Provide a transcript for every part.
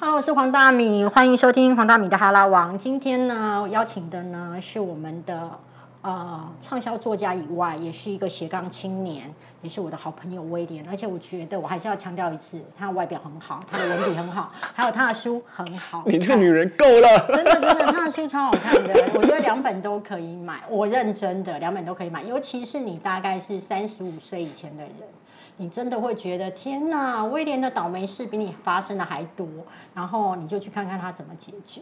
Hello，我是黄大米，欢迎收听黄大米的哈拉王。今天呢，邀请的呢是我们的呃畅销作家以外，也是一个斜杠青年，也是我的好朋友威廉。而且我觉得我还是要强调一次，他的外表很好，他的文笔很好，还有他的书很好。 你这个女人够了。真的真的，他的书超好看的，我觉得两本都可以买，我认真的两本都可以买，尤其是你大概是三十五岁以前的人。你真的会觉得天哪，威廉的倒霉事比你发生的还多，然后你就去看看他怎么解决。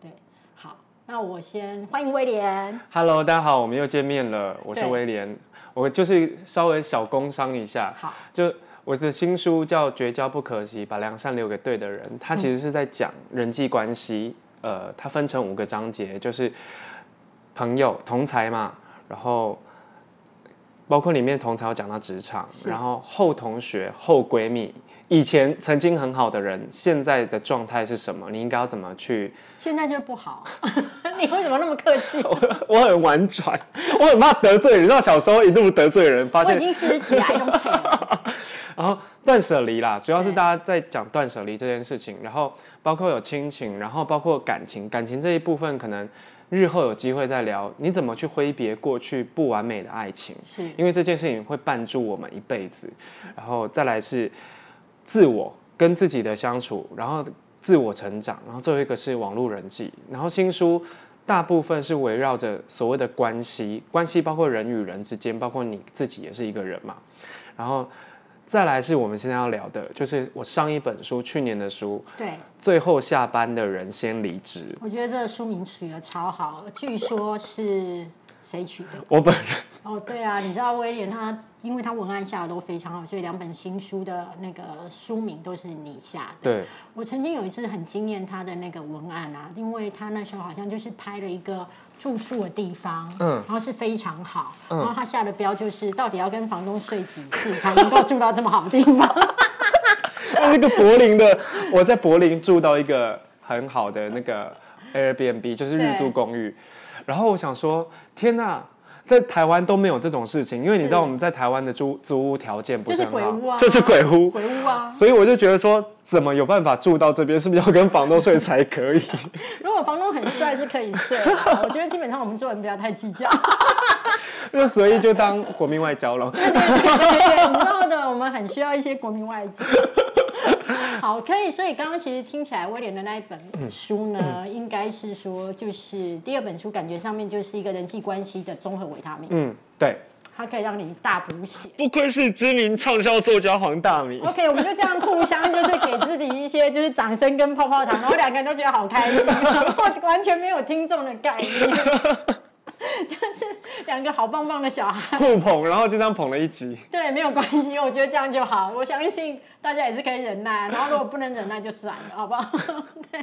对，好，那我先欢迎威廉。 Hello，大家好，我们又见面了，我是对威廉。我就是稍微小工商一下，好，就我的新书叫《绝交不可惜，把良善留给对的人》，它其实是在讲人际关系。呃，它分成五个章节，就是朋友、同才嘛，然后包括里面同才有讲到职场，是然后后同学、后闺蜜，以前曾经很好的人，现在的状态是什么？你应该要怎么去现在就不好， 你为什么那么客气？ 我很婉转，我很怕得罪人。你知道小时候一路得罪人，发我已现经四十几了，I don't care。然后断舍离啦，主要是对大家在讲断舍离这件事情，然后包括有亲情，然后包括感情，感情这一部分可能日后有机会再聊，你怎么去挥别过去不完美的爱情， 是因为这件事情会伴住我们一辈子。然后再来是自我跟自己的相处，然后自我成长，然后最后一个是网络人际，然后新书。大部分是围绕着所谓的关系，关系包括人与人之间，包括你自己也是一个人嘛。然后再来是我们现在要聊的，就是我上一本书，去年的书，对，最后下班的人先离职。我觉得这个书名取得超好，据说是谁取的？我本人哦，对啊，你知道威廉他，因为他文案下的都非常好，所以两本新书的那个书名都是你下的。对我曾经有一次很惊艳他的那个文案啊，因为他那时候好像就是拍了一个住宿的地方，嗯，然后是非常好，然后他下的标就是到底要跟房东睡几次才能够住到这么好的地方？ 那个柏林的，我在柏林住到一个很好的那个 Airbnb，就是日租公寓。然后我想说，天呐，在台湾都没有这种事情，因为你知道是我们在台湾的租租屋条件不是就是很好，鬼屋啊就是鬼屋 回屋啊！所以我就觉得说，怎么有办法住到这边？是不是要跟房东睡才可以？ 如果房东很帅是可以睡啊，我觉得基本上我们做人不要太计较。那所以就当国民外交了。对，你知道的，我们很需要一些国民外交。好，可以。所以刚刚其实听起来威廉的那一本书呢，应该是说就是第二本书，感觉上面就是一个人际关系的综合维他命，嗯，对。它可以让你大补血。不愧是知名畅销作家黄大 米。 OK，我们就这样互相就是给自己一些就是掌声跟泡泡糖，然后两个人都觉得好开心，然后完全没有听众的概念，就是两个好棒棒的小孩。互捧，然后就这样捧了一集。对，没有关系， 我觉得这样就好。我相信大家也是可以忍耐，然后如果不能忍耐就算了，好不 好？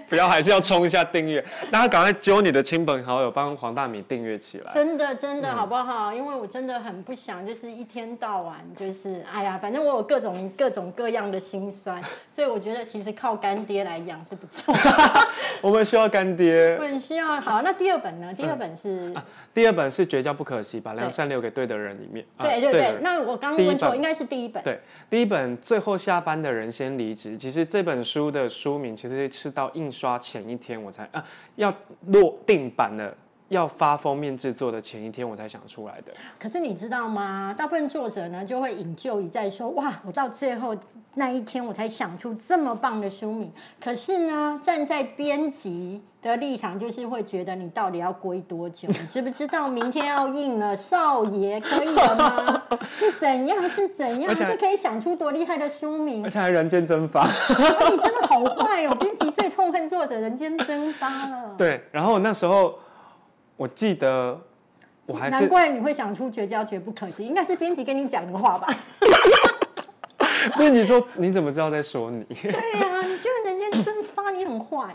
不要，还是要冲一下订阅。大家赶快揪你的亲朋好友，帮黄大米订阅起来。真的真的好不好？因为我真的很不想，就是一天到晚就是哎呀，反正我有各种各种各样的心酸，所以我觉得其实靠干爹来养是不错。我们需要干爹 我。很需要。好，那第二本呢？嗯第二本是、第二本是《绝交不可惜》，把良善留给对的人里面。啊对对的对人，那我刚第刚一问错，本应该是第一本。对，第一本《最后下班的人先离职》，其实这本书的书名其实是到印刷前一天我才啊，要落定版的，要发封面制作的前一天我才想出来的。可是你知道吗？大部分作者呢就会引咎一再说，哇，我到最后那一天我才想出这么棒的书名。可是呢，站在编辑的立场，就是会觉得你到底要归多 久？你知不知道明天要印了？少爷可以了吗？ 是怎样？是怎样？而且还是可以想出多厉害的书名而？且还人间蒸发。啊你真的好坏哦！编辑最痛恨作者人间蒸发了。 对，然后那时候我记得我还难 是怪你会想出绝交绝不可惜，应该是编辑跟你讲的话吧？编辑说你怎么知道在说你？对呀、你居然人间蒸发，你很坏。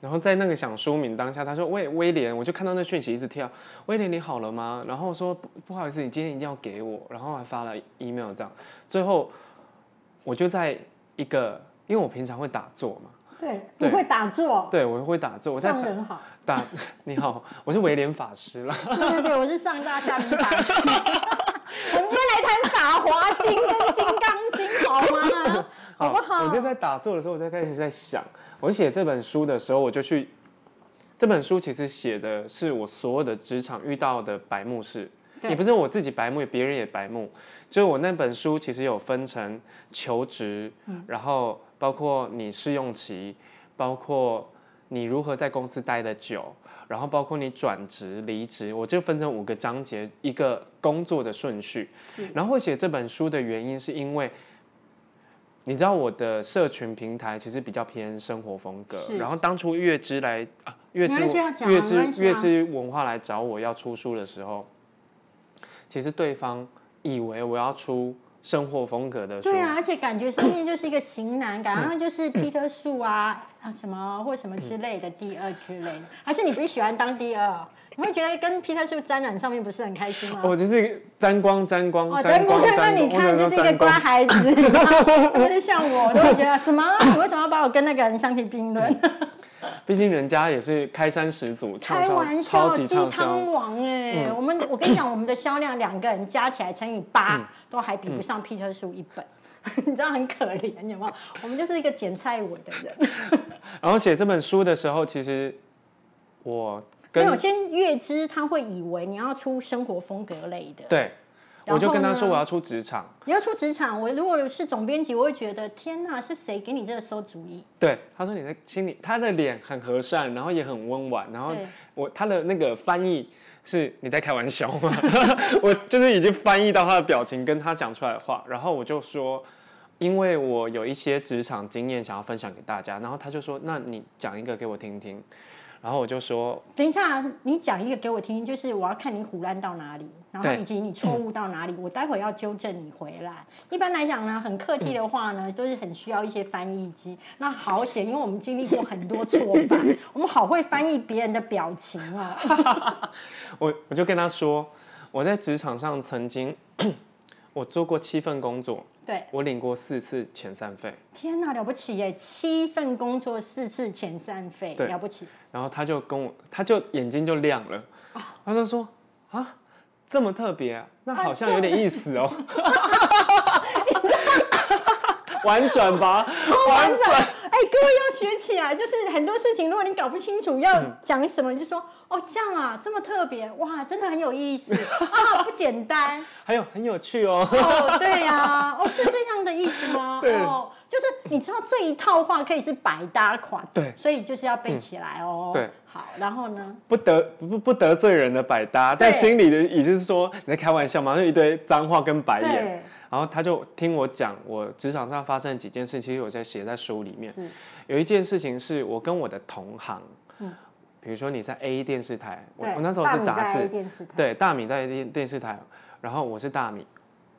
然后在那个想书名当下，他说喂威廉，我就看到那讯息一直跳，威廉你好了吗？然后说不不好意思，你今天一定要给我，然后还发了 email 这样，最后我就在一个。因为我平常会打坐嘛，对，你对会打坐，对我会打坐，我在上人好。打 你好，我是威廉法师啦。对对对，我是上大下明法师。 我们今天来谈打滑经跟金刚经好吗？好不好？我就在打坐的时候，我在开始在想，我写这本书的时候，我就去。这本书其实写的是我所有的职场遇到的白目事，对也不是我自己白目，别人也白目。就是我那本书其实有分成求职，嗯然后包括你试用期，包括你如何在公司待得久，然后包括你转职、离职，我就分成五个章节，一个工作的顺序。是然后会写这本书的原因是因为，你知道我的社群平台其实比较偏生活风格是，然后当初月之来啊，月之没关系要讲啊月没关系之啊月之文化来找我要出书的时候，其实对方以为我要出生活风格的书，对啊，而且感觉上面就是一个型男，感觉就是皮特树啊啊什么或什么之类的第二之类的，还是你不喜欢当第二？你会觉得跟皮特树沾染上面不是很开心吗？我就是沾光沾光嗯哦，沾真不光是，那沾光，你我只看就能是说一个沾乖光。孩子，你知道吗不是像我，都会觉得什么？你为什么要把我跟那个人相提并论？毕竟人家也是开山始祖，畅开销玩超笑，级鸡畅销汤。王哎、我们我跟你讲，我们的销量两个人加起来乘以八、都还比不上 Peter 树一本。你知道很可怜，有没有？我们就是一个捡菜尾的人。然后写这本书的时候，其实我没跟有，先月之他会以为你要出生活风格类的，对，然我就跟后他呢说我要出职场，你要出职场。我如果是总编辑，我会觉得天哪，是谁给你这个馊主意？对，他说你的心里，他的脸很和善，然后也很温婉，然后对我他的那个翻译是你在开玩笑吗？ 我就是已经翻译到他的表情跟他讲出来的话，然后我就说，因为我有一些职场经验想要分享给大家，然后他就说，那你讲一个给我听听，然后我就说，等一下，你讲一个给我听听，就是我要看你胡乱到哪里，然后对以及你错误到哪里，我待会要纠正你回来。一般来讲呢，很客气的话呢，都是很需要一些翻译机。那好险，因为我们经历过很多挫 败，我们好会翻译别人的表情哦。我我就跟他说，我在职场上曾经 我做过七份工作，对，我领过四次遣散费。天哪，了不起耶！七份工作，四次遣散费，对了不起。然后他就跟我，他就眼睛就亮了，他就说啊，这么特别、啊，那好像有点意思哦。啊 婉转 吧，婉转。哎，各位要学起来，就是很多事情，如果你搞不清楚要讲什么，你就说嗯哦，这样啊，这么特别，哇，真的很有意 思啊，不简单还有很有趣哦。哦，对呀、哦，是这样的意思吗？对哦，就是你知道这一套话可以是百搭款，对嗯所以就是要背起来哦。对，好，然后呢？不得不不得罪人的百搭，但对心里的也就是说你在开玩笑嘛，就一堆脏话跟白眼对。然后他就听我讲我职场上发生的几件事，其实我在写在书里面。是有一件事情是我跟我的同行，比如说你在 A 电视台，嗯我对我那时候大是米杂在志 A，电视台，对，大米在电电视台，然后我是大米，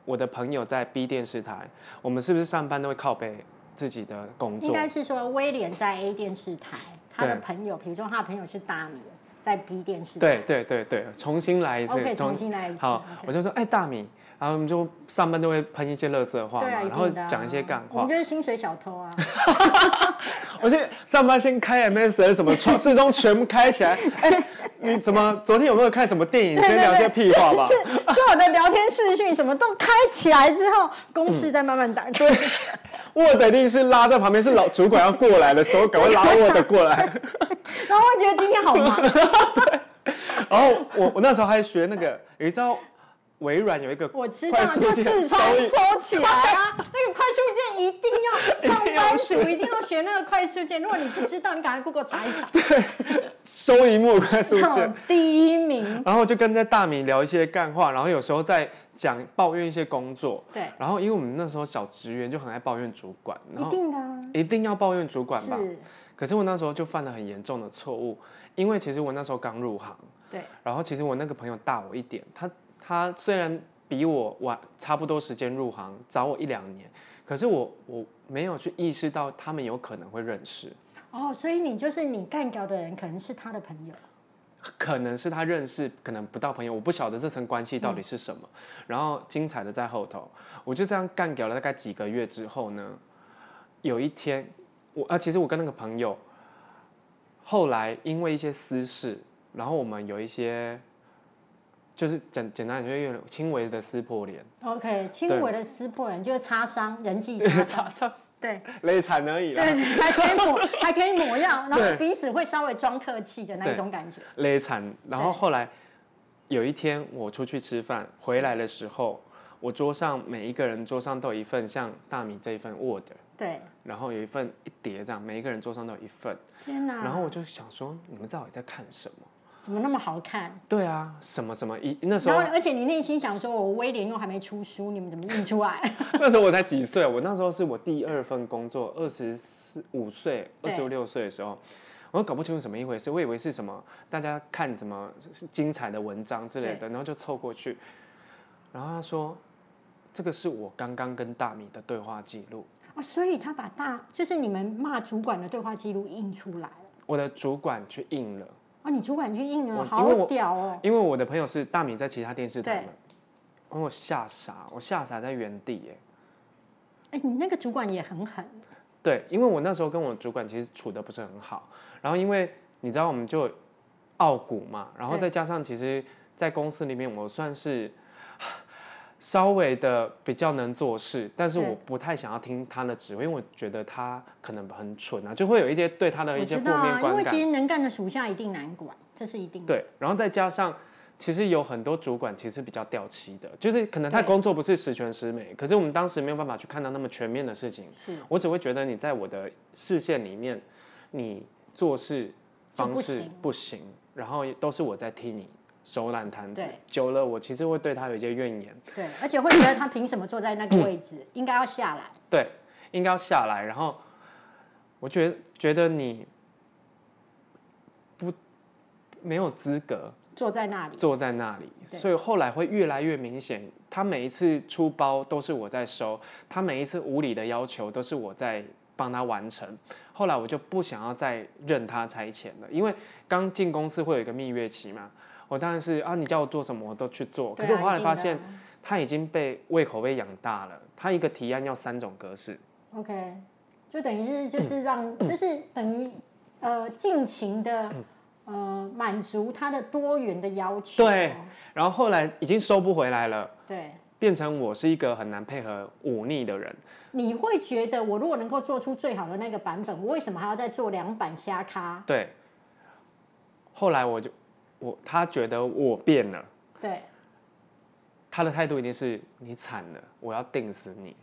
我的朋友在 B 电视台，我们是不是上班都会靠背自己的工应作？该是说威廉在 A 电视台，他的对朋友，比如说他的朋友是大米，在 B 电视台。对对对对，重新来一次 OK，重新来一次。好，我就说，哎、大米，然后我们就上班都会喷一些乐色话嘛，对啊，一然后定的啊讲一些干我话们。就是薪水小偷啊，我现在上班先开 MSN 什么创，四中全部开起 来。哎、你怎么昨天有没有看什么电影？先聊些屁话 吧是。所有的聊天视讯什么都开起来之后，公式再慢慢打开。 Word 一定是拉在旁边，是老主管要过来的时候，赶快拉 Word 过 来。嗯然后我觉得今天好忙， 然后我我那时候还学那个，你知道微软有一个我知道快速就键四收川益收起来啊，那个快速键一定要上班族一定要学那个快速键，如果你不知道，你赶快 Google 查一 查。收银幕快速这 键种，第一名，然后就跟在大米聊一些干话，然后有时候在讲抱怨一些工作，对然后因为我们那时候小职员就很爱抱怨主管，然一后定的啊，一定要抱怨主管吧。是，可是我那时候就犯了很严重的错误，因为其实我那时候刚入行，对，然后其实我那个朋友大我一点，他他虽然比我晚差不多时间入行，早我一两年，可是我我没有去意识到他们有可能会认识，哦，所以你就是你干掉的人，可能是他的朋友。可能是他认识，可能不到朋友，我不晓得这层关系到底是什么。然后精彩的在后头，我就这样干掉了大概几个月之后呢，有一天我啊，其实我跟那个朋友后来因为一些私事，然后我们有一些就是简简单，你就会有点轻微的撕破脸， OK，轻微的撕破人就是擦伤，人际擦 伤。上对累惨而已啦，对，还可以 抹，还可以抹药，然后对彼此会稍微装客气的那一种感觉。累惨。然对后后来有一天我出去吃饭，回来的时候，我桌上每一个人桌上都有一份像大米这一份 Word，对，然后有一份一叠这样，每一个人桌上都有一份。天哪！然后我就想说，你们到底在看什么？怎么那么好看？对啊，什么什么一那时然候后，而且你内心想说，我威廉又还没出书，你们怎么印出来？ 那时候我才几岁，啊我那时候是我第二份工作，二十四五岁、二对十六岁的时候，我搞不清楚什么一回事，我以为是什么大家看什么精彩的文章之类的，然后就凑过去，然后他说。这个是我刚刚跟大米的对话记录，哦，所以他把大就是你们骂主管的对话记录印出来了。我的主管去印了，哦，你主管去印了，我好因为我屌哦！因为我的朋友是大米在其他电视台对嘛，然后我吓傻，我吓傻在原地耶。哎，你那个主管也很狠，对，因为我那时候跟我主管其实处的不是很好，然后因为你知道我们就有傲骨嘛，然后对再加上其实，在公司里面我算是 稍微的比较能做事，但是对我不太想要听他的指挥，因为我觉得他可能很蠢啊，就会有一些对他的我一知些负道啊面，因观为感其。实能干的属下一定难管，这是一定的。对，然后再加上，其实有很多主管其实比较掉漆的，就是可能他对工作不是十全十美，可是我们当时没有办法去看到那么全面的事情。是我只会觉得你在我的视线里面，你做事方式就不行不行，然后都是我在替你收烂摊子对。久了，我其实会对他有一些怨言。对，而且会觉得他凭什么坐在那个位置，应该要下来。对，应该要下来。然后我觉得觉得你不没有资格坐在那里。坐在那里，对所以后来会越来越明显。他每一次出包都是我在收，他每一次无理的要求都是我在帮他完成。后来我就不想要再任他差遣了，因为刚进公司会有一个蜜月期嘛。我当然是啊，你叫我做什么我都去做。哦可对啊是我后来一定的发现，他已经被胃口被养大了。他一个提案要三种格式， OK，就等于是嗯就是让，就是等于呃尽情的呃满足他的多元的要求。嗯哦对然后后来已经收不回来了，对，变成我是一个很难配合忤逆的人。你会觉得我如果能够做出最好的那个版本，我为什么还要再做两版瞎咖？对，后来我就我他觉得我变了，对，他的态度一定是你惨了，我要定死你。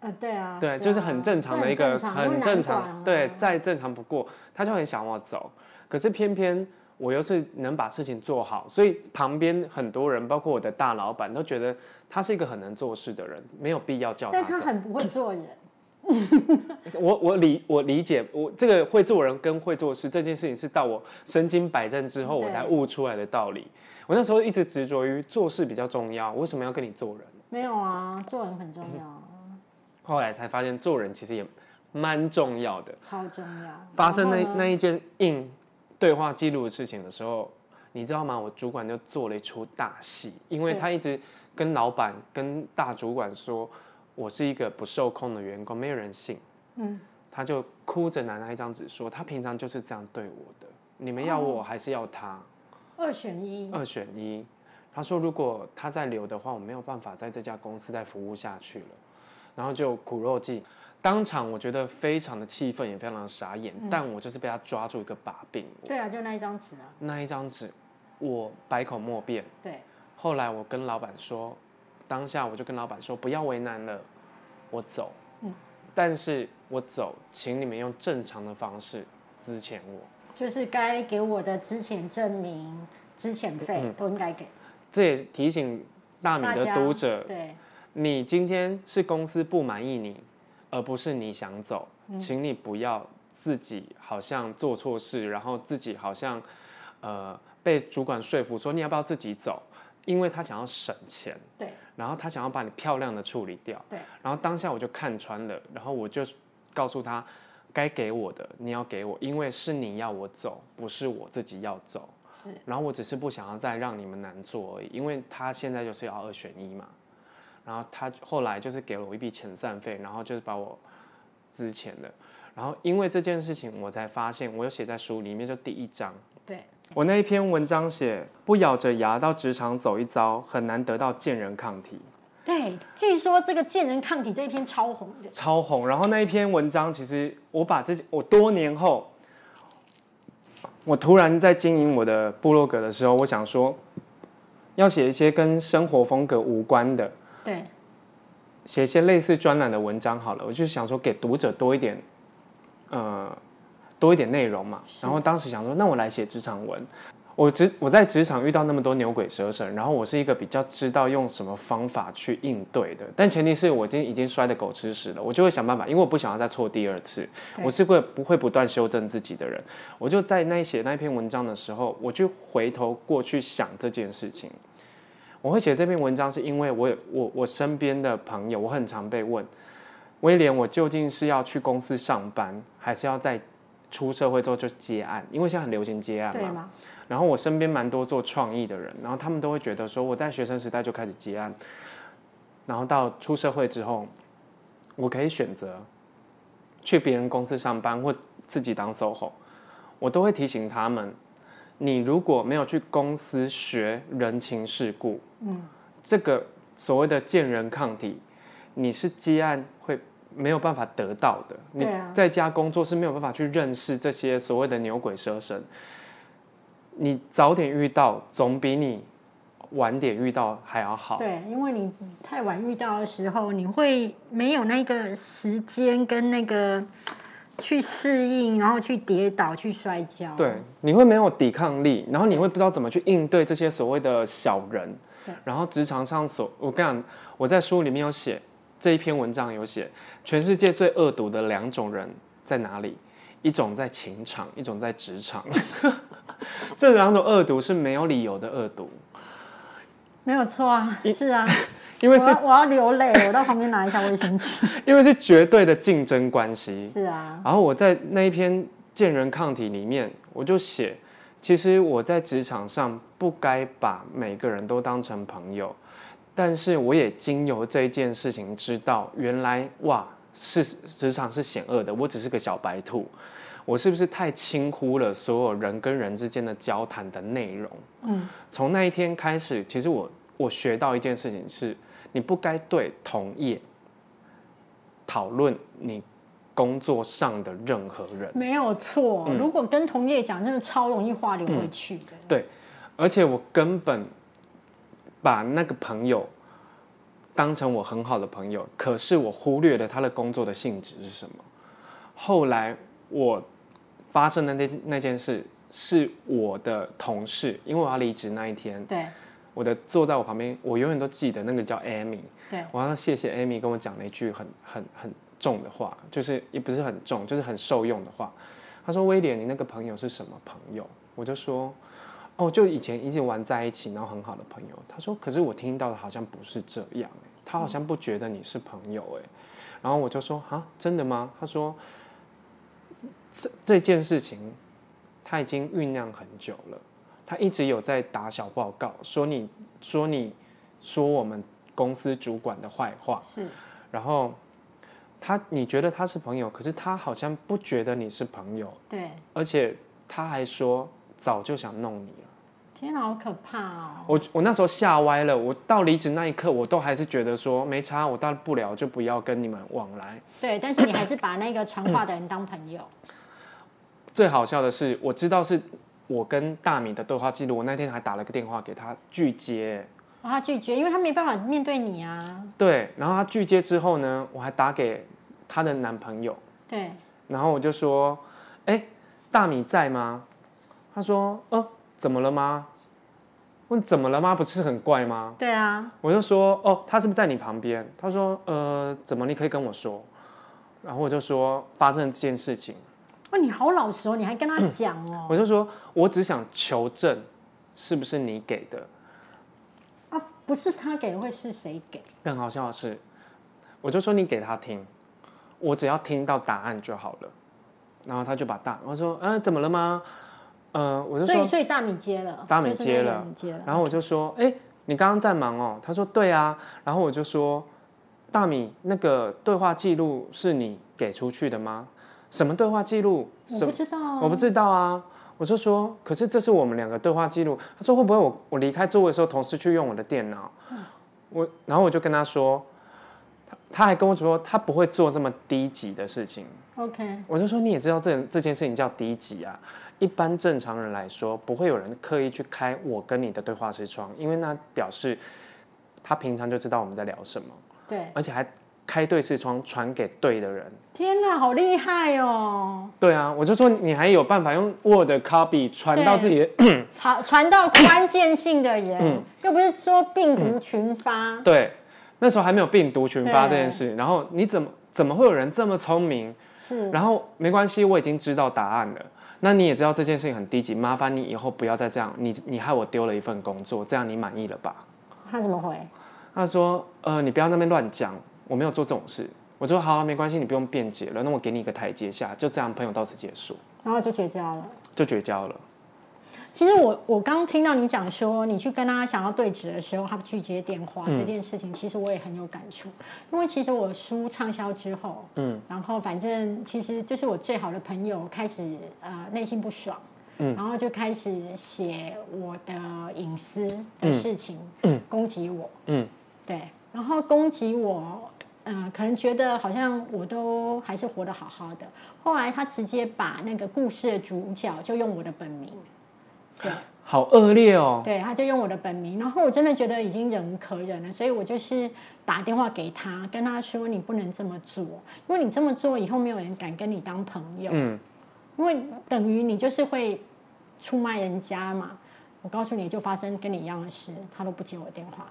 呃，对啊，对，啊就是很正常的一个这很正常，，因为对，难管啊再正常不过，他就很想我走，可是偏偏。我又是能把事情做好，所以旁边很多人，包括我的大老板，都觉得他是一个很能做事的人，没有必要叫但走他。很不会做人。我我理我理解，我这个会做人跟会做事这件事情，是到我身经百战之后，对我才悟出来的道理。我那时候一直执着于做事比较重要，为什么要跟你做人？没有啊，做人很重要嗯啊，后来才发现，做人其实也蛮重要的。超重要。发生那然后呢那一件硬对话记录的事情的时候，你知道吗？我主管就做了一出大戏，因为对他一直跟老板、跟大主管说，我是一个不受控的员工，没有人信。嗯，他就哭着拿那一张纸说，他平常就是这样对我的，你们哦要我还是要他，二选一，二选一。他说如果他再留的话，我没有办法在这家公司再服务下去了，然后就苦肉计。当场我觉得非常的气愤，也非常的傻眼，嗯但我就是被他抓住一个把柄。对啊，就那一张纸啊，那一张纸，我百口莫辩。对，后来我跟老板说，当下我就跟老板说，不要为难了，我走。嗯但是我走，请你们用正常的方式支遣我。就是该给我的之前证明、之前嗯费都应该给这也提醒大米大的家。读者，对，你今天是公司不满意你，而不是你想走，请你不要自己好像做错事，然后自己好像呃被主管说服说你要不要自己走，因为他想要省钱，对，然后他想要把你漂亮的处理掉，对，然后当下我就看穿了，然后我就告诉他该给我的你要给我，因为是你要我走，不是我自己要走。是。然后我只是不想要再让你们难做而已，因为他现在就是要二选一嘛。然后他后来就是给了我一笔遣散费，然后就是把我之前的，然后因为这件事情我才发现，我有写在书里面，就第一章，对，我那一篇文章写不咬着牙到职场走一遭，很难得到见人抗体。对，据说这个健人抗体这一篇超红的，超红。然后那一篇文章，其实我把这我多年后，我突然在经营我的部落格的时候，我想说，要写一些跟生活风格无关的，对，写一些类似专栏的文章好了。我就想说，给读者多一点，呃，多一点内容嘛。是然后当时想说，那我来写职场文。我职我在职场遇到那么多牛鬼蛇神，然后我是一个比较知道用什么方法去应对的，但前提是我已经已经摔得狗吃屎了，我就会想办法，因为我不想要再错第二次，对我是会不会不断修正自己的人。我就在那写那篇文章的时候，我就回头过去想这件事情。我会写这篇文章，是因为我有我我身边的朋友，我很常被问，威廉，我究竟是要去公司上班，还是要在出社会之后就接案？因为现在很流行接案嘛对。吗？然后我身边蛮多做创意的人，然后他们都会觉得说，我在学生时代就开始接案，然后到出社会之后，我可以选择去别人公司上班或自己当 SOHO，我都会提醒他们，你如果没有去公司学人情世故，嗯，这个所谓的见人抗体，你是接案会没有办法得到的。你对啊在家工作是没有办法去认识这些所谓的牛鬼蛇神。你早点遇到，总比你晚点遇到还要好。对，因为你太晚遇到的时候，你会没有那个时间跟那个去适应，然后去跌倒、去摔跤。对，你会没有抵抗力，然后你会不知道怎么去应对这些所谓的小人对。然后职场上所，我跟你讲，我在书里面有写这一篇文章有写，全世界最恶毒的两种人在哪里？一种在情场，一种在职场。这两种恶毒是没有理由的恶毒，没有错啊，是啊，因为我是要我要流泪，我到旁边拿一下卫生纸。因为是绝对的竞争关系。是啊，然后我在那一篇见人抗体里面，我就写，其实我在职场上不该把每个人都当成朋友，但是我也经由这一件事情知道，原来哇，是职场是险恶的，我只是个小白兔，我是不是太轻忽了所有人跟人之间的交谈的内容？嗯，从那一天开始，其实我我学到一件事情是，你不该对同业讨论你工作上的任何人。没有错。嗯如果跟同业讲，真的超容易化流回去的。而且我根本把那个朋友当成我很好的朋友，可是我忽略了他的工作的性质是什么。后来我发生的那那件事，是我的同事，因为我要离职那一天，对我的坐在我旁边，我永远都记得那个叫 Amy，对我要谢谢 Amy 跟我讲了一句很很很重的话，就是也不是很重，就是很受用的话。她说：“威廉，你那个朋友是什么朋友？”我就说：“哦，就以前一直玩在一起，然后很好的朋友。”她说：“可是我听到的好像不是这样、欸，他好像不觉得你是朋友、欸，然后我就说：“啊，真的吗？”她说：“这这件事情，他已经酝酿很久了，他一直有在打小报告，说你说你说我们公司主管的坏话，是，然后他你觉得他是朋友，可是他好像不觉得你是朋友，对。而且他还说早就想弄你了。天哪，好可怕哦！我我那时候吓歪了，我到离职那一刻，我都还是觉得说没差，我到不了就不要跟你们往来。对，但是你还是把那个传话的人当 朋友。最好笑的是，我知道是我跟大米的对话记录，我那天还打了个电话给他拒接、然哦后他拒绝，因为他没办法面对你啊。对，然后他拒接之后呢，我还打给她的男朋友，对，然后我就说：“哎，大米在吗？”他说：“呃，怎么了吗？”问怎么了吗？不是很怪吗？对啊，我就说：“哦，他是不是在你旁边？”他说：“呃，怎么？你可以跟我说。”然后我就说发生这件事情，哦，你好老实哦，你还跟他讲哦，我就说我只想求证是不是你给的。啊， 不是他给的，会是谁给？更好笑的是，我就说你给他听，我只要听到答案就好了。然后他就把答，我说，嗯、怎么了吗？呃，我就所以说，所以大米接了，大米就是那接个了人接了，然后我就说，哎、你刚刚在忙哦。他说，对啊。然后我就说，大米，那个对话记录是你给出去的吗？什么对话记录？我不知道、啊，我不知道啊。我就说，可是这是我们两个对话记录。他说会不会我我离开座位的时候，同事去用我的电脑？我然后我就跟他说，他他还跟我说他不会做这么低级的事情。 OK，我就说你也知道这这件事情叫低级啊，一般正常人来说不会有人刻意去开我跟你的对话视窗，因为那表示他平常就知道我们在聊什么，对，而且还开对视窗传给对的人。天哪，好厉害哦！对啊，我就说你还有办法用 Word copy 传到自己的传传到关键性的人，又不是说病毒群发，对，那时候还没有病毒群发这对件事，然后你怎么怎么会有人这么聪明？是然后没关系，我已经知道答案了。那你也知道这件事情很低级，麻烦你以后不要再这样，你你害我丢了一份工作，这样你满意了吧？他怎么回？他说，呃，你不要那边乱讲，我没有做这种事。我说好啊、没关系，你不用辩解了，那我给你一个台阶下，就这样，朋友到此结束，然后就绝交了。就绝交了。其实我我刚听到你讲说，你去跟他想要对质的时候，他拒接电话、这件事情，其实我也很有感触。因为其实我书畅销之后，嗯，然后反正其实就是我最好的朋友开始呃内心不爽，嗯，然后就开始写我的隐私的事情，嗯，攻击我，嗯，对，然后攻击我，嗯、可能觉得好像我都还是活得好好的。后来他直接把那个故事的主角就用我的本名。对好恶劣哦！对，他就用我的本名，然后我真的觉得已经忍无可忍了，所以我就是打电话给他，跟他说你不能这么做，因为你这么做以后没有人敢跟你当朋友，嗯，因为等于你就是会出卖人家嘛。我告诉你，就发生跟你一样的事，他都不接我电话。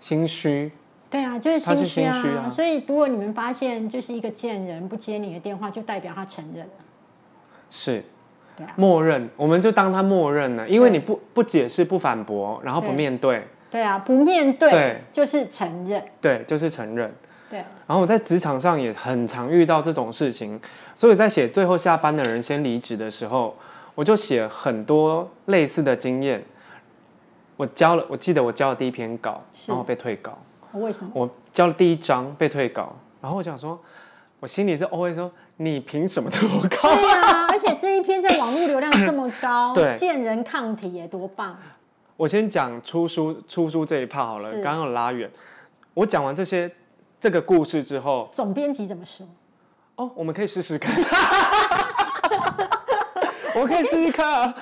心虚，对啊，就是他心是虚啊。心虚啊所以如果你们发现就是一个贱人不接你的电话，就代表他承认了。是对啊，默认，我们就当他默认了，因为对你不不解释、不反驳，然后不对面对，对啊，不面对对就是承认。对，就是承认。对，然后我在职场上也很常遇到这种事情，所以在写最后下班的人先离职的时候，我就写很多类似的经验。我交了，我记得我交了第一篇稿，是嗯然后被退稿。我为什么？我交了第一章被退稿，然后我想说，我心里在 OS 说，你凭什么退我稿？对啊，而且这一篇在网络流量这么 高，对见人抗体也多棒，我先讲出书出书这一趴好了，是刚刚有拉远。我讲完这些这个故事之后，总编辑怎么说？哦，我们可以试试看，我可以试试看啊。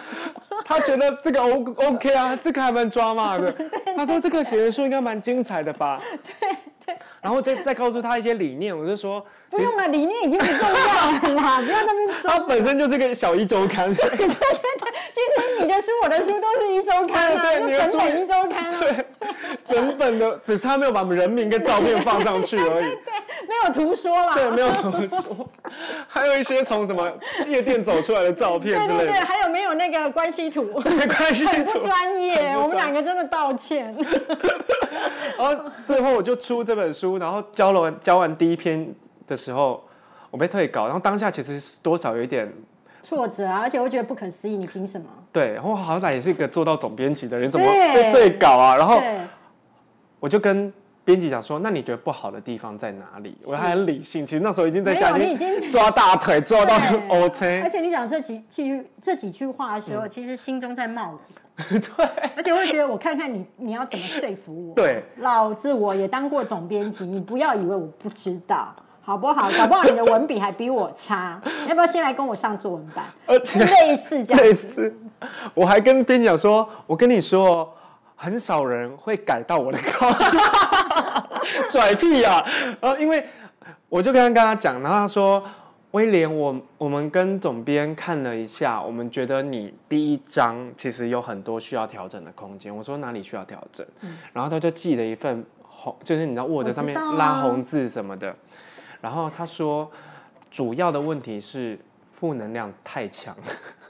他觉得这个 O OK 啊，这个还蛮抓马的。他说这个写的书应该蛮精彩的吧？对对。然后再再告诉他一些理念，我就说，不用了，理念已经不重要了 啦，不要在那边装。他本身就是个小一周刊。对对对，其实你的书、我的书都是一周刊啊，对就对你的整书本一周刊啊，对，整本的只差没有把人名跟照片放上去而已。没有图说啦。对，没有怎么说，还有一些从什么夜店走出来的照片对之对类对，的，还有没有那个关系图？没 关系。很 不专业，很我不专们两个真的道歉。然后最后我就出这本书，然后交了完交完第一篇的时候，我被退稿，然后当下其实是多少有一点挫折啊，而且我觉得不可思议，你凭什么？对，然后我好歹也是一个做到总编辑的人，怎么对被退稿啊？然后对，我就跟。编辑讲说：“那你觉得不好的地方在哪里？”我还很理性，其实那时候已经在没家有里你已经抓大腿，抓到对 OK。而且你讲这几句这几句话的时候，其实心中在冒火。 对，而且我会觉得，我看看你你要怎么说服我。对，老子我也当过总编辑，你不要以为我不知道，好不好？搞不好你的文笔还比我差，要不要先来跟我上作文班？而且类似这样，类似，我还跟编辑讲说，我跟你说哦，很少人会改到我的稿， 拽屁呀、然后因为我就跟他跟他讲，然后他说，威廉，我我们跟总编看了一下，我们觉得你第一章其实有很多需要调整的空间。我说哪里需要调整？嗯然后他就寄了一份红，就是你知道 Word 我上知面道啊拉红字什么的。然后他说，主要的问题是负能量太强。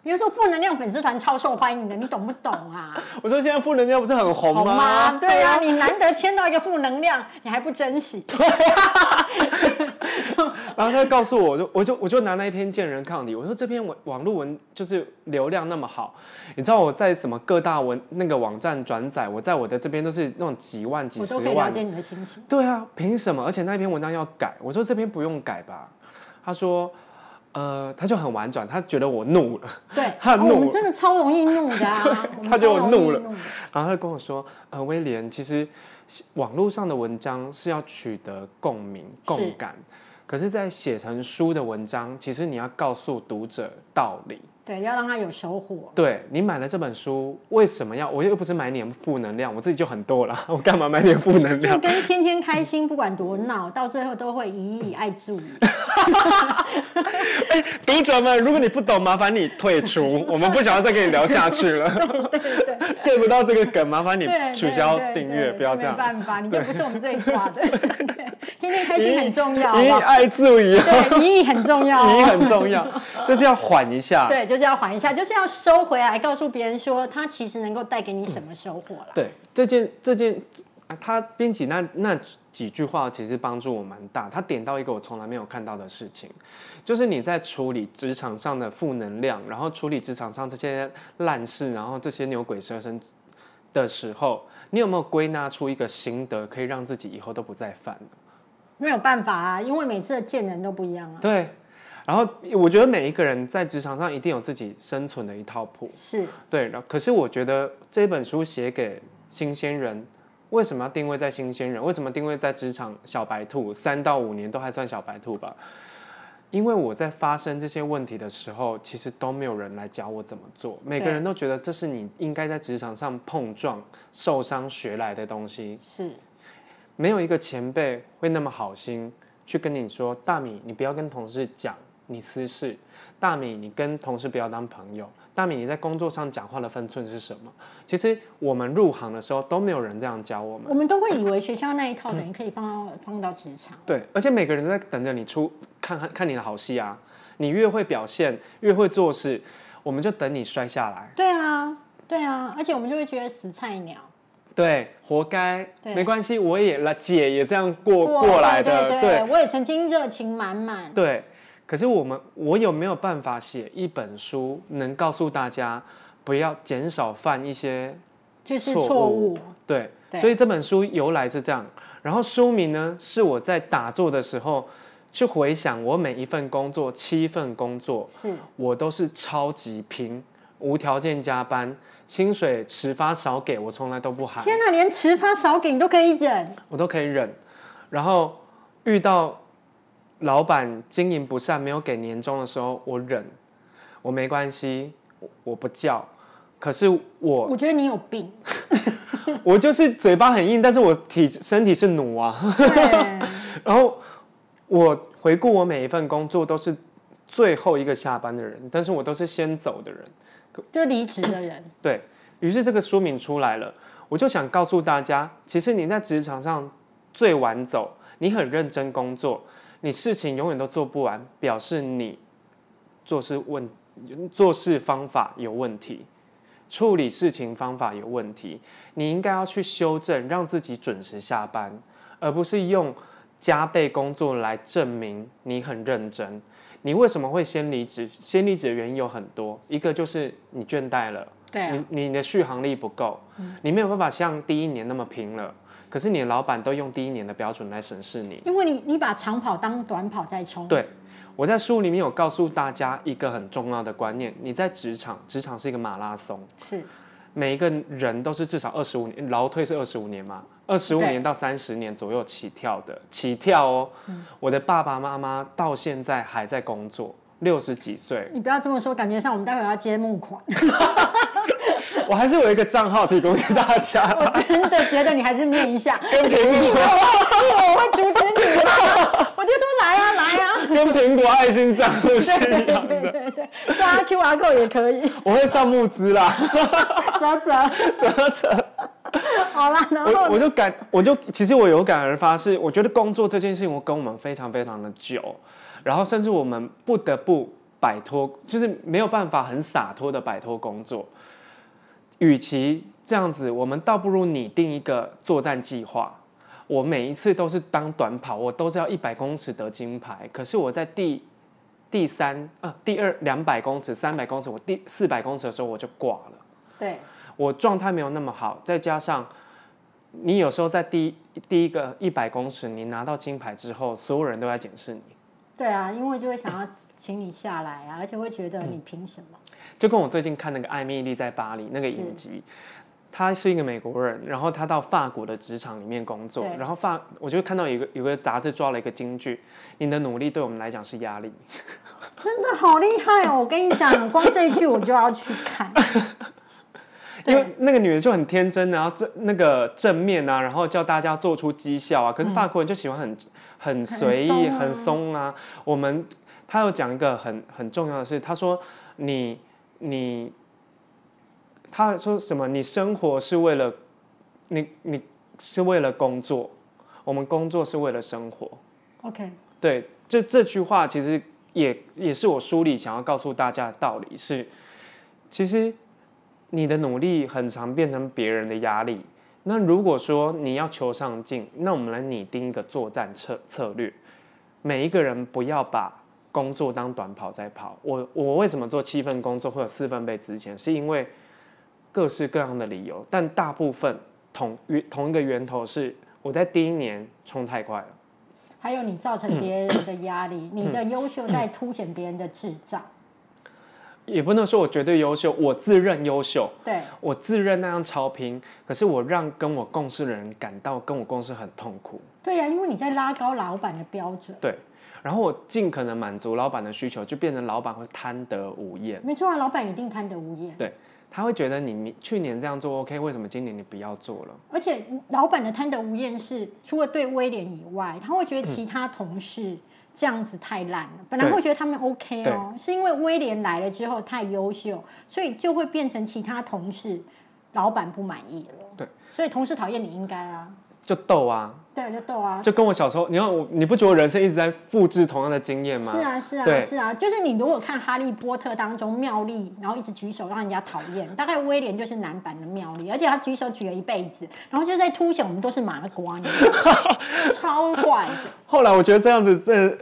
比如说负能量粉丝团超受欢迎的，你懂不懂啊？我说现在负能量不是很红好吗？吗？对啊，，你难得签到一个负能量，你还不珍惜， 啊然后他就告诉我，我就我就我就拿那一篇《见人抗敌》，我说这篇文网络文就是流量那么好，你知道我在什么各大文那个网站转载，我在我的这边都是那种几万几我十都可以了万解你的心情。对啊，凭什么？而且那篇文章要改，我说这篇不用改吧？他说呃，他就很婉转，他觉得我怒了，对，他哦怒我们了，真的超容易怒的啊我们他就超容易怒怒了的然后他就跟我说，呃，威廉，其实网络上的文章是要取得共鸣、共是感，可是，在写成书的文章，其实你要告诉读者道理。对，要让他有收获。对你买了这本书，为什么要？我又不是买你的负能量，我自己就很多了， 我干嘛买你的负 能就量？跟天天开心，不 管多闹，到最后都会一以爱助你。读者们，如果你不懂，麻烦你退出，我们不想要再跟你聊下 去了。 对不到这个梗，麻 烦你对，取消对对订阅，对不要这这样没。办法，你就不是我们这一挂 的。对天天开心很重要，好以不好爱自语，对，以以很重 要、以哦。很重要，就是要缓一下。 对，就是要缓一下，就是要收回来，告诉别人说他其实能够带给你什么收获啦。对，这件这件，啊他编辑那那几句话其实帮助我蛮大。他点到一个我从来没有看到的事情，就是你在处理职场上的负能量，然后处理职场上这些烂事，然后这些牛鬼蛇神的时候，你有没有归纳出一个心得，可以让自己以后都不再犯呢？没有办法啊，因为每次的见人都不一样啊。对。然后我觉得每一个人在职场上一定有自己生存的一套谱，是，对，然后可是我觉得这本书写给新鲜人，为什么要定位在新鲜人？为什么定位在职场小白兔？三到五年都还算小白兔吧？因为我在发生这些问题的时候，其实都没有人来教我怎么做，每个对人都觉得这是你应该在职场上碰撞、受伤学来的东西，是，没有一个前辈会那么好心去跟你说：“大米，你不要跟同事讲你私事。大米，你跟同事不要当朋友。大米，你在工作上讲话的分寸是什么？”其实我们入行的时候都没有人这样教我们。我们都会以为学校那一套嗯等于可以放到放到职场。对，而且每个人都在等着你出看看看你的好戏啊！你越会表现，越会做事，我们就等你摔下来。对啊，对啊，而且我们就会觉得死菜鸟。对，活该，对没关系，我也来，姐也这样过过来的，对对对，我也曾经热情满满。对，可是我们我有没有办法写一本书，能告诉大家不要减少犯一些就是错错误误，对？对所以这本书由来是这样，然后书名呢是我在打坐的时候去回想我每一份工作，七份工作是我都是超级拼，无条件加班，薪水迟发少给我从来都不喊。天哪，连迟发少给你都可以忍，我都可以忍。然后遇到老板经营不善，没有给年终的时候，我忍，我没关系，我我不叫。可是我 我觉得你有病。我就是嘴巴很硬，但是我体身体是弩啊。 对，然后我回顾我每一份工作都是最后一个下班的人，但是我都是先走的人。就离职的人，对于是这个书名出来了，我就想告诉大家，其实你在职场上最晚走，你很认真工作，你事情永远都做不完，表示你做事问做事方法有问题。处理事情方法有问题，你应该要去修正，让自己准时下班，而不是用加倍工作来证明你很认真。你为什么会先离职？先离职的原因有很多，一个就是你倦怠了，对啊，嗯你你的续航力不够，你没有办法像第一年那么拼了。可是你的老板都用第一年的标准来审视你。因为你你把长跑当短跑在冲，对我在书里面有告诉大家一个很重要的观念：你在职场，职场是一个马拉松，是每一个人都是至少二十五年，劳退是二十五年嘛，二十五对年到三十年左右起跳的，起跳哦。嗯我的爸爸妈妈到现在还在工作，六十几岁，你不要这么说，感觉上我们待会儿要接募 款，我还是有一个账号提供给大家，我真的觉得你还是念一 下，哦跟苹果。我会阻止你 吗？我就说来啊来啊，跟苹果爱心账户是啊对一样对的。对对，刷 QR code 也可以， 我会上募资啦，走走， 怎么扯？好啦，然我后我就感，我就其实我有感而发是，我觉得工作这件事情，我跟我们非常非常的久，然后甚至我们不得不摆脱，就是没有办法很洒脱的摆脱工作。与其这样子，我们倒不如拟定一个作战计划。我每一次都是当短跑，我都是要一百公尺得金牌，可是我在第第三啊第二两百公尺、三百公尺，我第四百公尺的时候我就挂了。对我状态没有那么好，再加上你有时候在第一第一个一百公尺你拿到金牌之后，所有人都在检视你，对啊，因为就会想要请你下来啊，而且会觉得你凭什么？就跟我最近看那个《艾米丽在巴黎》那个是影集，他是一个美国人，然后他到法国的职场里面工作对，然后法我就看到有个有个杂志抓了一个金句：“你的努力对我们来讲是压力。真的好厉害哦！我跟你讲，光这一句我就要去看。”对因为那个女的就很天真，然后正那个正面啊，然后叫大家做出绩效啊，可是法国人就喜欢很很随意、嗯很松啊很松啊。我们他有讲一个很很重要的事，他说你你，他说什么？你生活是为了你你是为了工作，我们工作是为了生活。 OK，对，就这句话其实也也是我书里想要告诉大家的道理是，其实你的努力很常变成别人的压力。那如果说你要求上进，那我们来拟定一个作战策策略，每一个人不要把工作当短跑在跑。我我为什么做七份工作会有四份被值钱，是因为各式各样的理由，但大部分同源同一个源头是我在第一年冲太快了。还有你造成别人的压力，你的优秀在凸显别人的智障。也不能说我绝对优秀，我自认优秀，对，我自认那样超拼，可是我让跟我共事的人感到跟我共事很痛苦。对呀、啊因为你在拉高老板的标准。对，然后我尽可能满足老板的需求，就变成老板会贪得无厌，没错啊，老板一定贪得无厌，他会觉得你明去年这样做 OK，为什么今年你不要做了？而且老板的贪得无厌是除了对威廉以外，他会觉得其他同事这样子太烂了。本来会觉得他们 OK 哦，是因为威廉来了之后太优秀，所以就会变成其他同事老板不满意了。对，所以同事讨厌你应该啊，就斗啊，对，就逗啊。就跟我小时候，你看我，你不觉得我人生一直在复制同样的经验吗？是啊，是啊，对是啊，就是你如果看《哈利波特》当中妙丽，然后一直举手让人家讨厌，大概威廉就是男版的妙丽，而且他举手举了一辈子，然后就在凸显我们都是麻瓜，你知道 吗超坏的。后来我觉得这样子这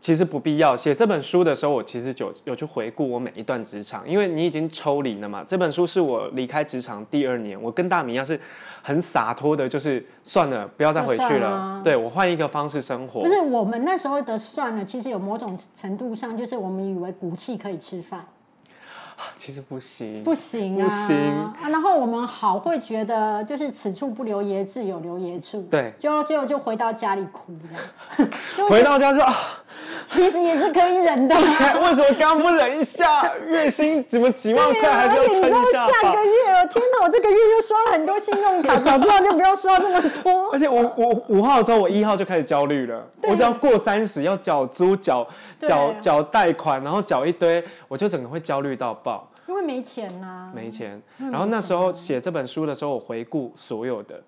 其实不必要。写这本书的时候，我其实有有去回顾我每一段职场，因为你已经抽离了嘛。这本书是我离开职场第二年，我跟大明一样是很洒脱的，就是算了，不要再回去就了。算啊对我换一个方式生活不。是我们那时候的算了，其实有某种程度上就是我们以为骨气可以吃饭，其实不行，不行啊，不行啊然后我们好会觉得就是此处不留爷自有留爷处，对结果结果就回到家里哭这样，就会回觉得到家 说啊，其实也是可以忍 的啊、为什么刚刚不忍一下？月薪怎么几万块还是要而且你撑知一道下下吧个？月，哎我天哪，我这个月又刷了很多信用卡，早知道就不要刷这么多。 而且我我五号的时候，我一号就开始焦虑了。我只要过三十，要缴租、缴对缴缴贷款，然后缴一堆，我就整个会焦虑到爆，因为没钱呐、没钱。嗯那没然后那钱时候写这本书的时候，我回顾所有的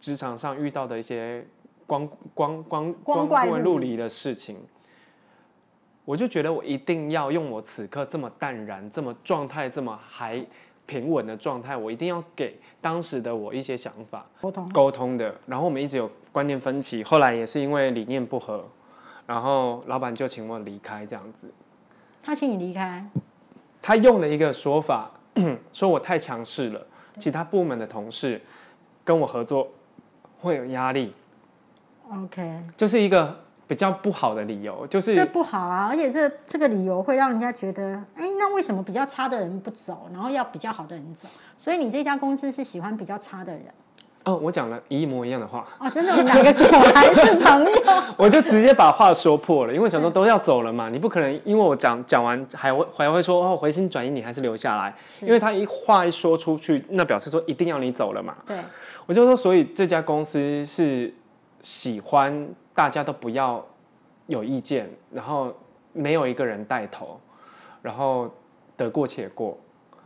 职场上遇到的一些光光光光怪怪陆陆离的事情，我就觉得我一定要用我此刻这么淡然、这么状态、这么还平稳的状态，我一定要给当时的我一些想法。沟通沟通的，然后我们一直有观念分歧，后来也是因为理念不合，然后老板就请我离开这样子。他请你离开，他用了一个说法， 说我太强势了，其他部门的同事跟我合作会有压力， OK，就是一个比较不好的理由，就是这不好啊！而且这这个理由会让人家觉得，哎，那为什么比较差的人不走，然后要比较好的人走？所以你这家公司是喜欢比较差的人哦，我讲了一模一样的话，哦，真的，我们两个果然是朋 友。我就直接把话说破了，因为想说都要走了嘛，你不可能因为我讲讲完还会还会说哦回心转意，你还是留下来，是因为他一话一说出去，那表示说一定要你走了嘛。对，我就说，所以这家公司是喜欢大家都不要有意见，然后没有一个人带头，然后得过且过。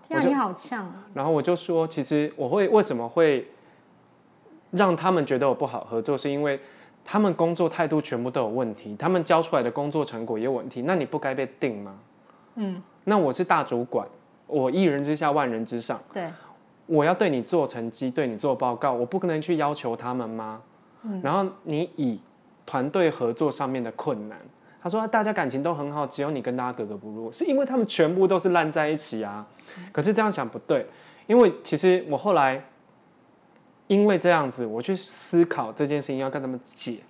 天我啊，就你好呛啊，然后我就说，其实我会为什么会让他们觉得我不好合作，是因为他们工作态度全部都有问题，他们交出来的工作成果也有问题。那你不该被定吗？嗯，那我是大主管，我一人之下万人之上。对，我要对你做成绩，对你做报告，我不可能去要求他们吗？然后你以团队合作上面的困难，他说啊大家感情都很好，只有你跟大家格格不入，是因为他们全部都是烂在一起啊。可是这样想不对，因为其实我后来因为这样子，我去思考这件事情要跟他们解。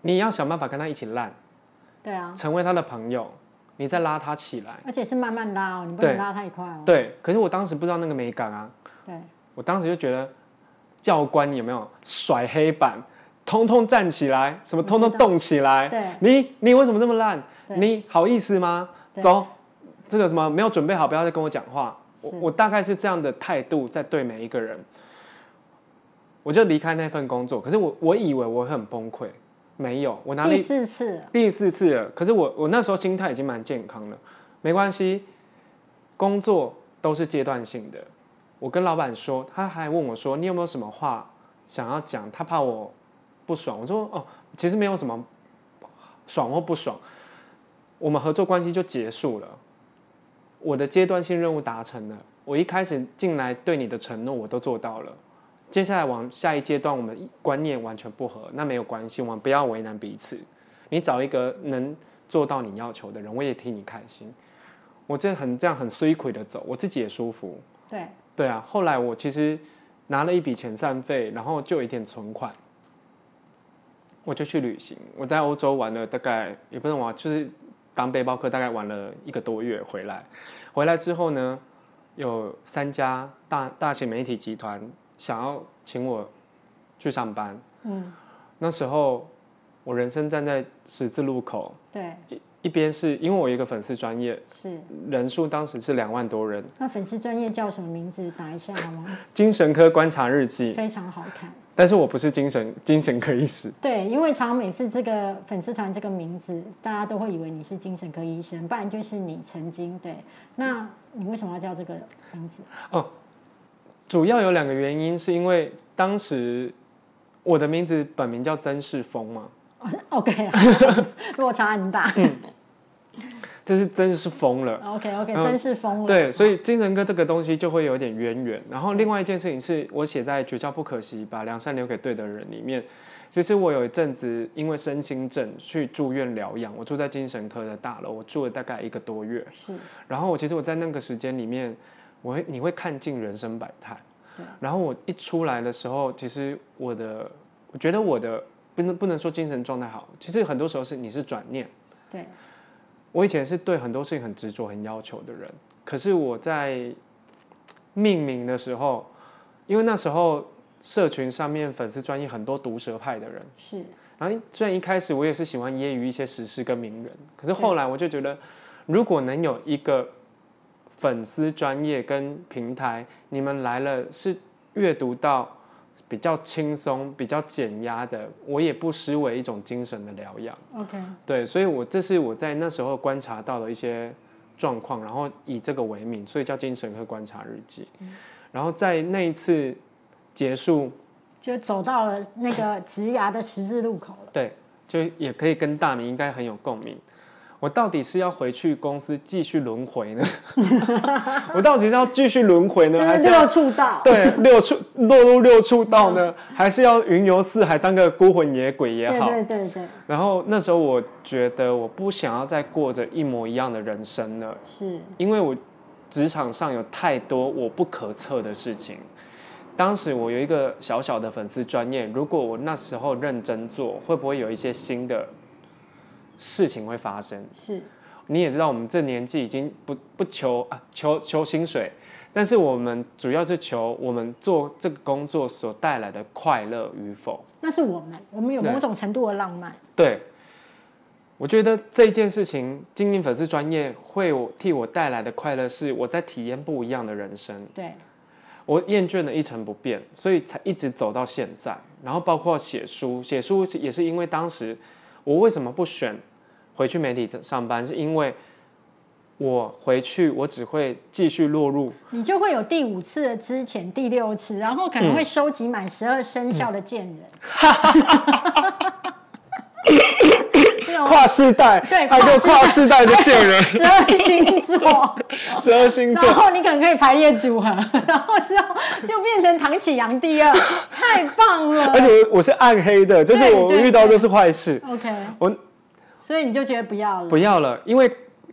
你要想办法跟他一起烂，对啊，成为他的朋友，你再拉他起来。而且是慢慢拉哦，你不能对拉太快哦。对，可是我当时不知道那个美感啊，对，我当时就觉得教官有没有甩黑板，通通站起来，什么通通我知道动起来。对你你为什么这么烂？对你好意思吗？对走，这个什么没有准备好，不要再跟我讲话。我是我大概是这样的态度在对每一个人。我就离开那份工作，可是我我以为我很崩溃，没有，我哪里第四次，第四次了，可是我我那时候心态已经蛮健康了，没关系，工作都是阶段性的。我跟老板说，他还问我说，你有没有什么话想要讲？他怕我不爽，我说哦，其实没有什么爽或不爽，我们合作关系就结束了，我的阶段性任务达成了，我一开始进来对你的承诺我都做到了。接下来往下一阶段，我们观念完全不合，那没有关系，我们不要为难彼此。你找一个能做到你要求的人，我也替你开心。我这很这样很衰亏的走，我自己也舒服。对，对啊，后来我其实拿了一笔遣散费，然后就有一点存款，我就去旅行。我在欧洲玩了大概也不能玩，就是当背包客，大概玩了一个多月回来。回来之后呢，有三家大大型媒体集团想要请我去上班。嗯，那时候我人生站在十字路口，对，一边是因为我有一个粉丝专业，是。人数当时是两万多人，那粉丝专业叫什么名字？打一下好吗？精神科观察日记，非常好看。但是我不是精神精神科医师，对，因为常常每次这个粉丝团这个名字，大家都会以为你是精神科医生，不然就是你曾经对。那你为什么要叫这个名字？主要有两个原因，是因为当时我的名字本名叫曾世峰嘛，哦是 OK 啊， 落差很大。就是真是疯了。 OK OK， 嗯真是疯了。对，所以精神科这个东西就会有点渊源。然后另外一件事情是我写在《绝交不可惜，把良善留给对的人》里面，其实我有一阵子因为身心症去住院疗养，我住在精神科的大楼，我住了大概一个多月。是然后我其实我在那个时间里面，我会你会看尽人生百态对。然后我一出来的时候，其实我的我觉得我的不能不能说精神状态好，其实很多时候是你是转念。对，我以前是对很多事情很执着、很要求的人，可是我在命名的时候，因为那时候社群上面粉丝专业很多毒舌派的人，是然后虽然一开始我也是喜欢揶揄一些时事跟名人，可是后来我就觉得，如果能有一个粉丝专业跟平台，你们来了是阅读到比较轻松、比较减压的，我也不失为一种精神的疗养。 OK。对，所以我这是我在那时候观察到的一些状况，然后以这个为名，所以叫精神科观察日记。然后在那一次结束，就走到了那个植牙的十字路口了。对，就也可以跟大明应该很有共鸣。我到底是要回去公司继续轮回呢？ 我到底是要继续轮回呢，还就是是六处道， 对六处落入六处道呢？还是要云游四海当个孤魂野鬼也对好？对对对，然后那时候我觉得我不想要再过着一模一样的人生了。是因为我职场上有太多我不可测的事情。当时我有一个小小的粉丝专业，如果我那时候认真做，会不会有一些新的事情会发生？是，你也知道，我们这年纪已经不不求啊求求薪水，但是我们主要是求我们做这个工作所带来的快乐与否。那是我们，我们有某种程度的浪漫，对，我觉得这件事情经营粉丝专业会我替我带来的快乐，是我在体验不一样的人生。对，我厌倦了一成不变，所以才一直走到现在。然后包括写书，写书是也是因为当时我为什么不选回去媒体上班，是因为我回去我只会继续落入你就会有第五次的之前第六次，然后可能会收集满十二生肖的贱人， 那种跨世代，哦对，还有跨世代的贱人 十二星座，十二星座然。后你可能可以排列组 合，然后之后就变成唐启阳第二，太棒了 而且我我是暗黑的，就是对我对遇到都是坏事。 ，OK，我所以你就觉得不要了不，要了，因为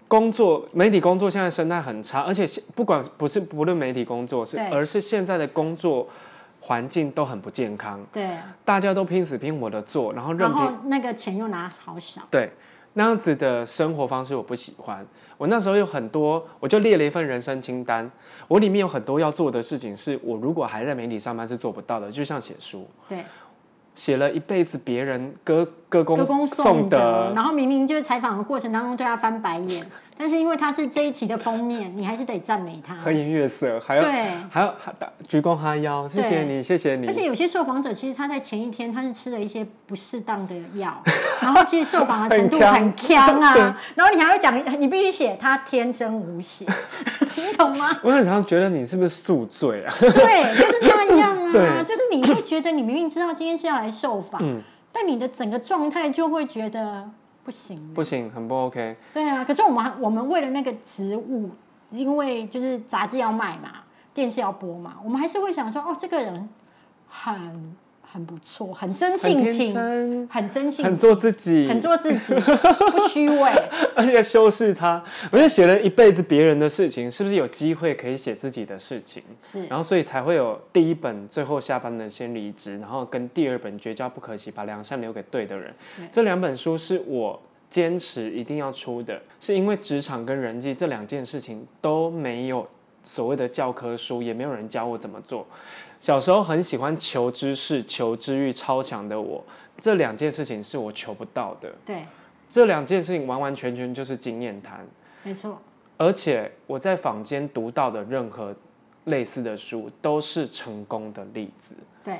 工作媒体工作现在生态很差，而且现不管不是不论媒体工作是，对而是现在的工作环境都很不健康，对，大家都拼死拼活的做，然后任然凭后那个钱又拿好少，对，那样子的生活方式我不喜欢。我那时候有很多，我就列了一份人生清单，我里面有很多要做的事情，是我如果还在媒体上班是做不到的，就像写书，对，写了一辈子别人歌歌功歌功颂颂德，然后明明就是采访的过程当中对他翻白眼，但是因为他是这一期的封面，你还是得赞美他。和颜悦色，还有对，还有还打鞠躬哈腰，谢谢对你，谢谢你而。且有些受访者其实他在前一天他是吃了一些不适当的药， 然后其实受访的程度很呛啊，然后你还要讲，你必须写他天真无邪，你懂吗？ 我很常觉得你是不是宿醉啊？ 对，就是那样啊，对就是你会觉得你明明知道今天是要来受访，但你的整个状态就会觉得不行。啊不行，很不 OK。对啊，可是我们还我们为了那个职务，因为就是杂志要卖嘛，电视要播嘛，我们还是会想说，哦，这个人很很不错，很真很性天情，真，很真性情，很做自己， 很做自己，不虚伪。而且修饰它。我就写了一辈子别人的事情，是不是有机会可以写自己的事情？是，然后所以才会有第一本最后下班的先离职，然后跟第二本绝交不可惜，把良善留给对的人。这两本书是我坚持一定要出的，是因为职场跟人际这两件事情都没有所谓的教科书，也没有人教我怎么做。小时候很喜欢求知识、求知欲超强的我，这两件事情是我求不到的。对，这两件事情完完全全就是经验谈。没错，而且我在坊间读到的任何类似的书都是成功的例子。对，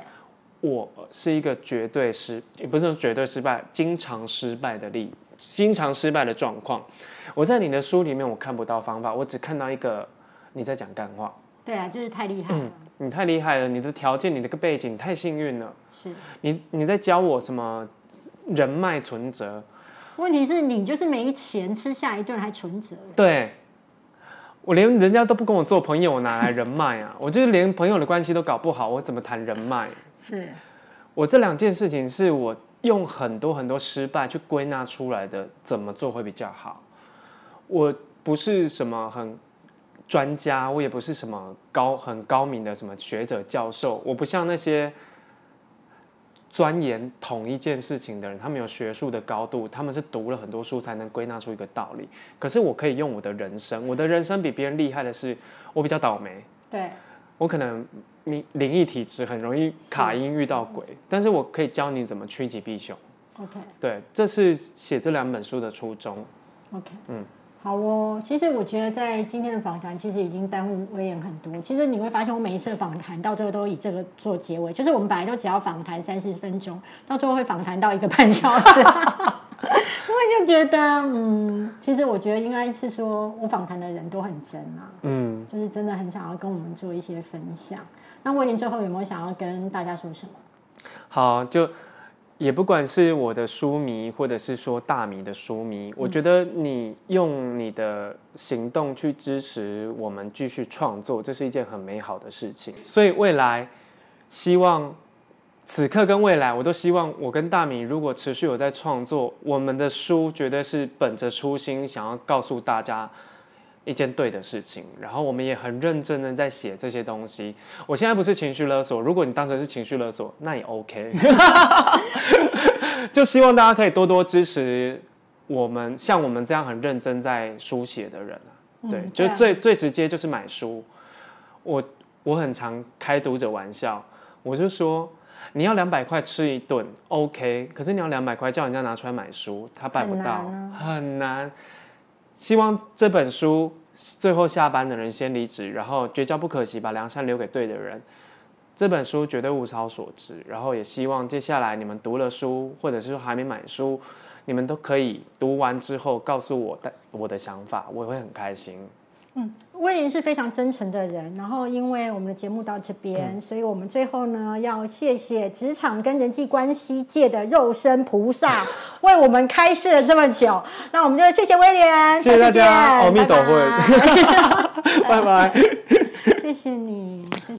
我是一个绝对失，也不是说绝对失败，经常失败的例，经常失败的状况。我在你的书里面我看不到方法，我只看到一个你在讲干话，对啊，就是太厉害了，你太厉害了，你的条件、你的个背景太幸运了，是。你你在教我什么人脉存折，问题是你就是没钱吃下一顿还存折，对，我连人家都不跟我做朋友，我哪来人脉啊？我就是连朋友的关系都搞不好，我怎么谈人脉？是我这两件事情是我用很多很多失败去归纳出来的，怎么做会比较好？我不是什么很专家，我也不是什么高很高明的什么学者教授，我不像那些钻研同一件事情的人，他们有学术的高度，他们是读了很多书才能归纳出一个道理。可是我可以用我的人生，我的人生比别人厉害的是，我比较倒霉。对，我可能灵灵异体质，很容易卡音遇到鬼，但是我可以教你怎么趋吉避凶。 OK 对，这是写这两本书的初衷。 OK，嗯，好哦。其实我觉得在今天的访谈，其实已经耽误威廉很多。其实你会发现，我每一次的访谈到最后都以这个做结尾，就是我们本来都只要访谈三十分钟，到最后会访谈到一个半小时。 我就觉得，嗯，其实我觉得应该是说，我访谈的人都很真啊，嗯，就是真的很想要跟我们做一些分享。那威廉最后有没有想要跟大家说什么？好，就也不管是我的书迷，或者是说大米的书迷，我觉得你用你的行动去支持我们继续创作，这是一件很美好的事情。所以未来，希望。此刻跟未来，我都希望我跟大米如果持续有在创作，我们的书绝对是本着初心，想要告诉大家一件对的事情。然后我们也很认真的在写这些东西。我现在不是情绪勒索，如果你当成是情绪勒索，那也 OK。就希望大家可以多多支持我们，像我们这样很认真在书写的人啊。嗯对，对就啊最最直接就是买书。我我很常开读者玩笑，我就说你要两百块吃一顿 OK，可是你要两百块叫人家拿出来买书，他办不到，很啊很难,、希望这本书最后下班的人先离职，然后绝交不可惜，把梁山留给对的人。这本书绝对物超所值，然后也希望接下来你们读了书，或者是说还没买书，你们都可以读完之后告诉我的我的想法，我会很开心。威廉是非常真诚的人，然后因为我们的节目到这边，所以我们最后呢要谢谢职场跟人际关系界的肉身菩萨，为我们开示了这么久，那我们就谢谢威廉，谢谢下大次见家，阿弥陀拜拜 佛，拜拜。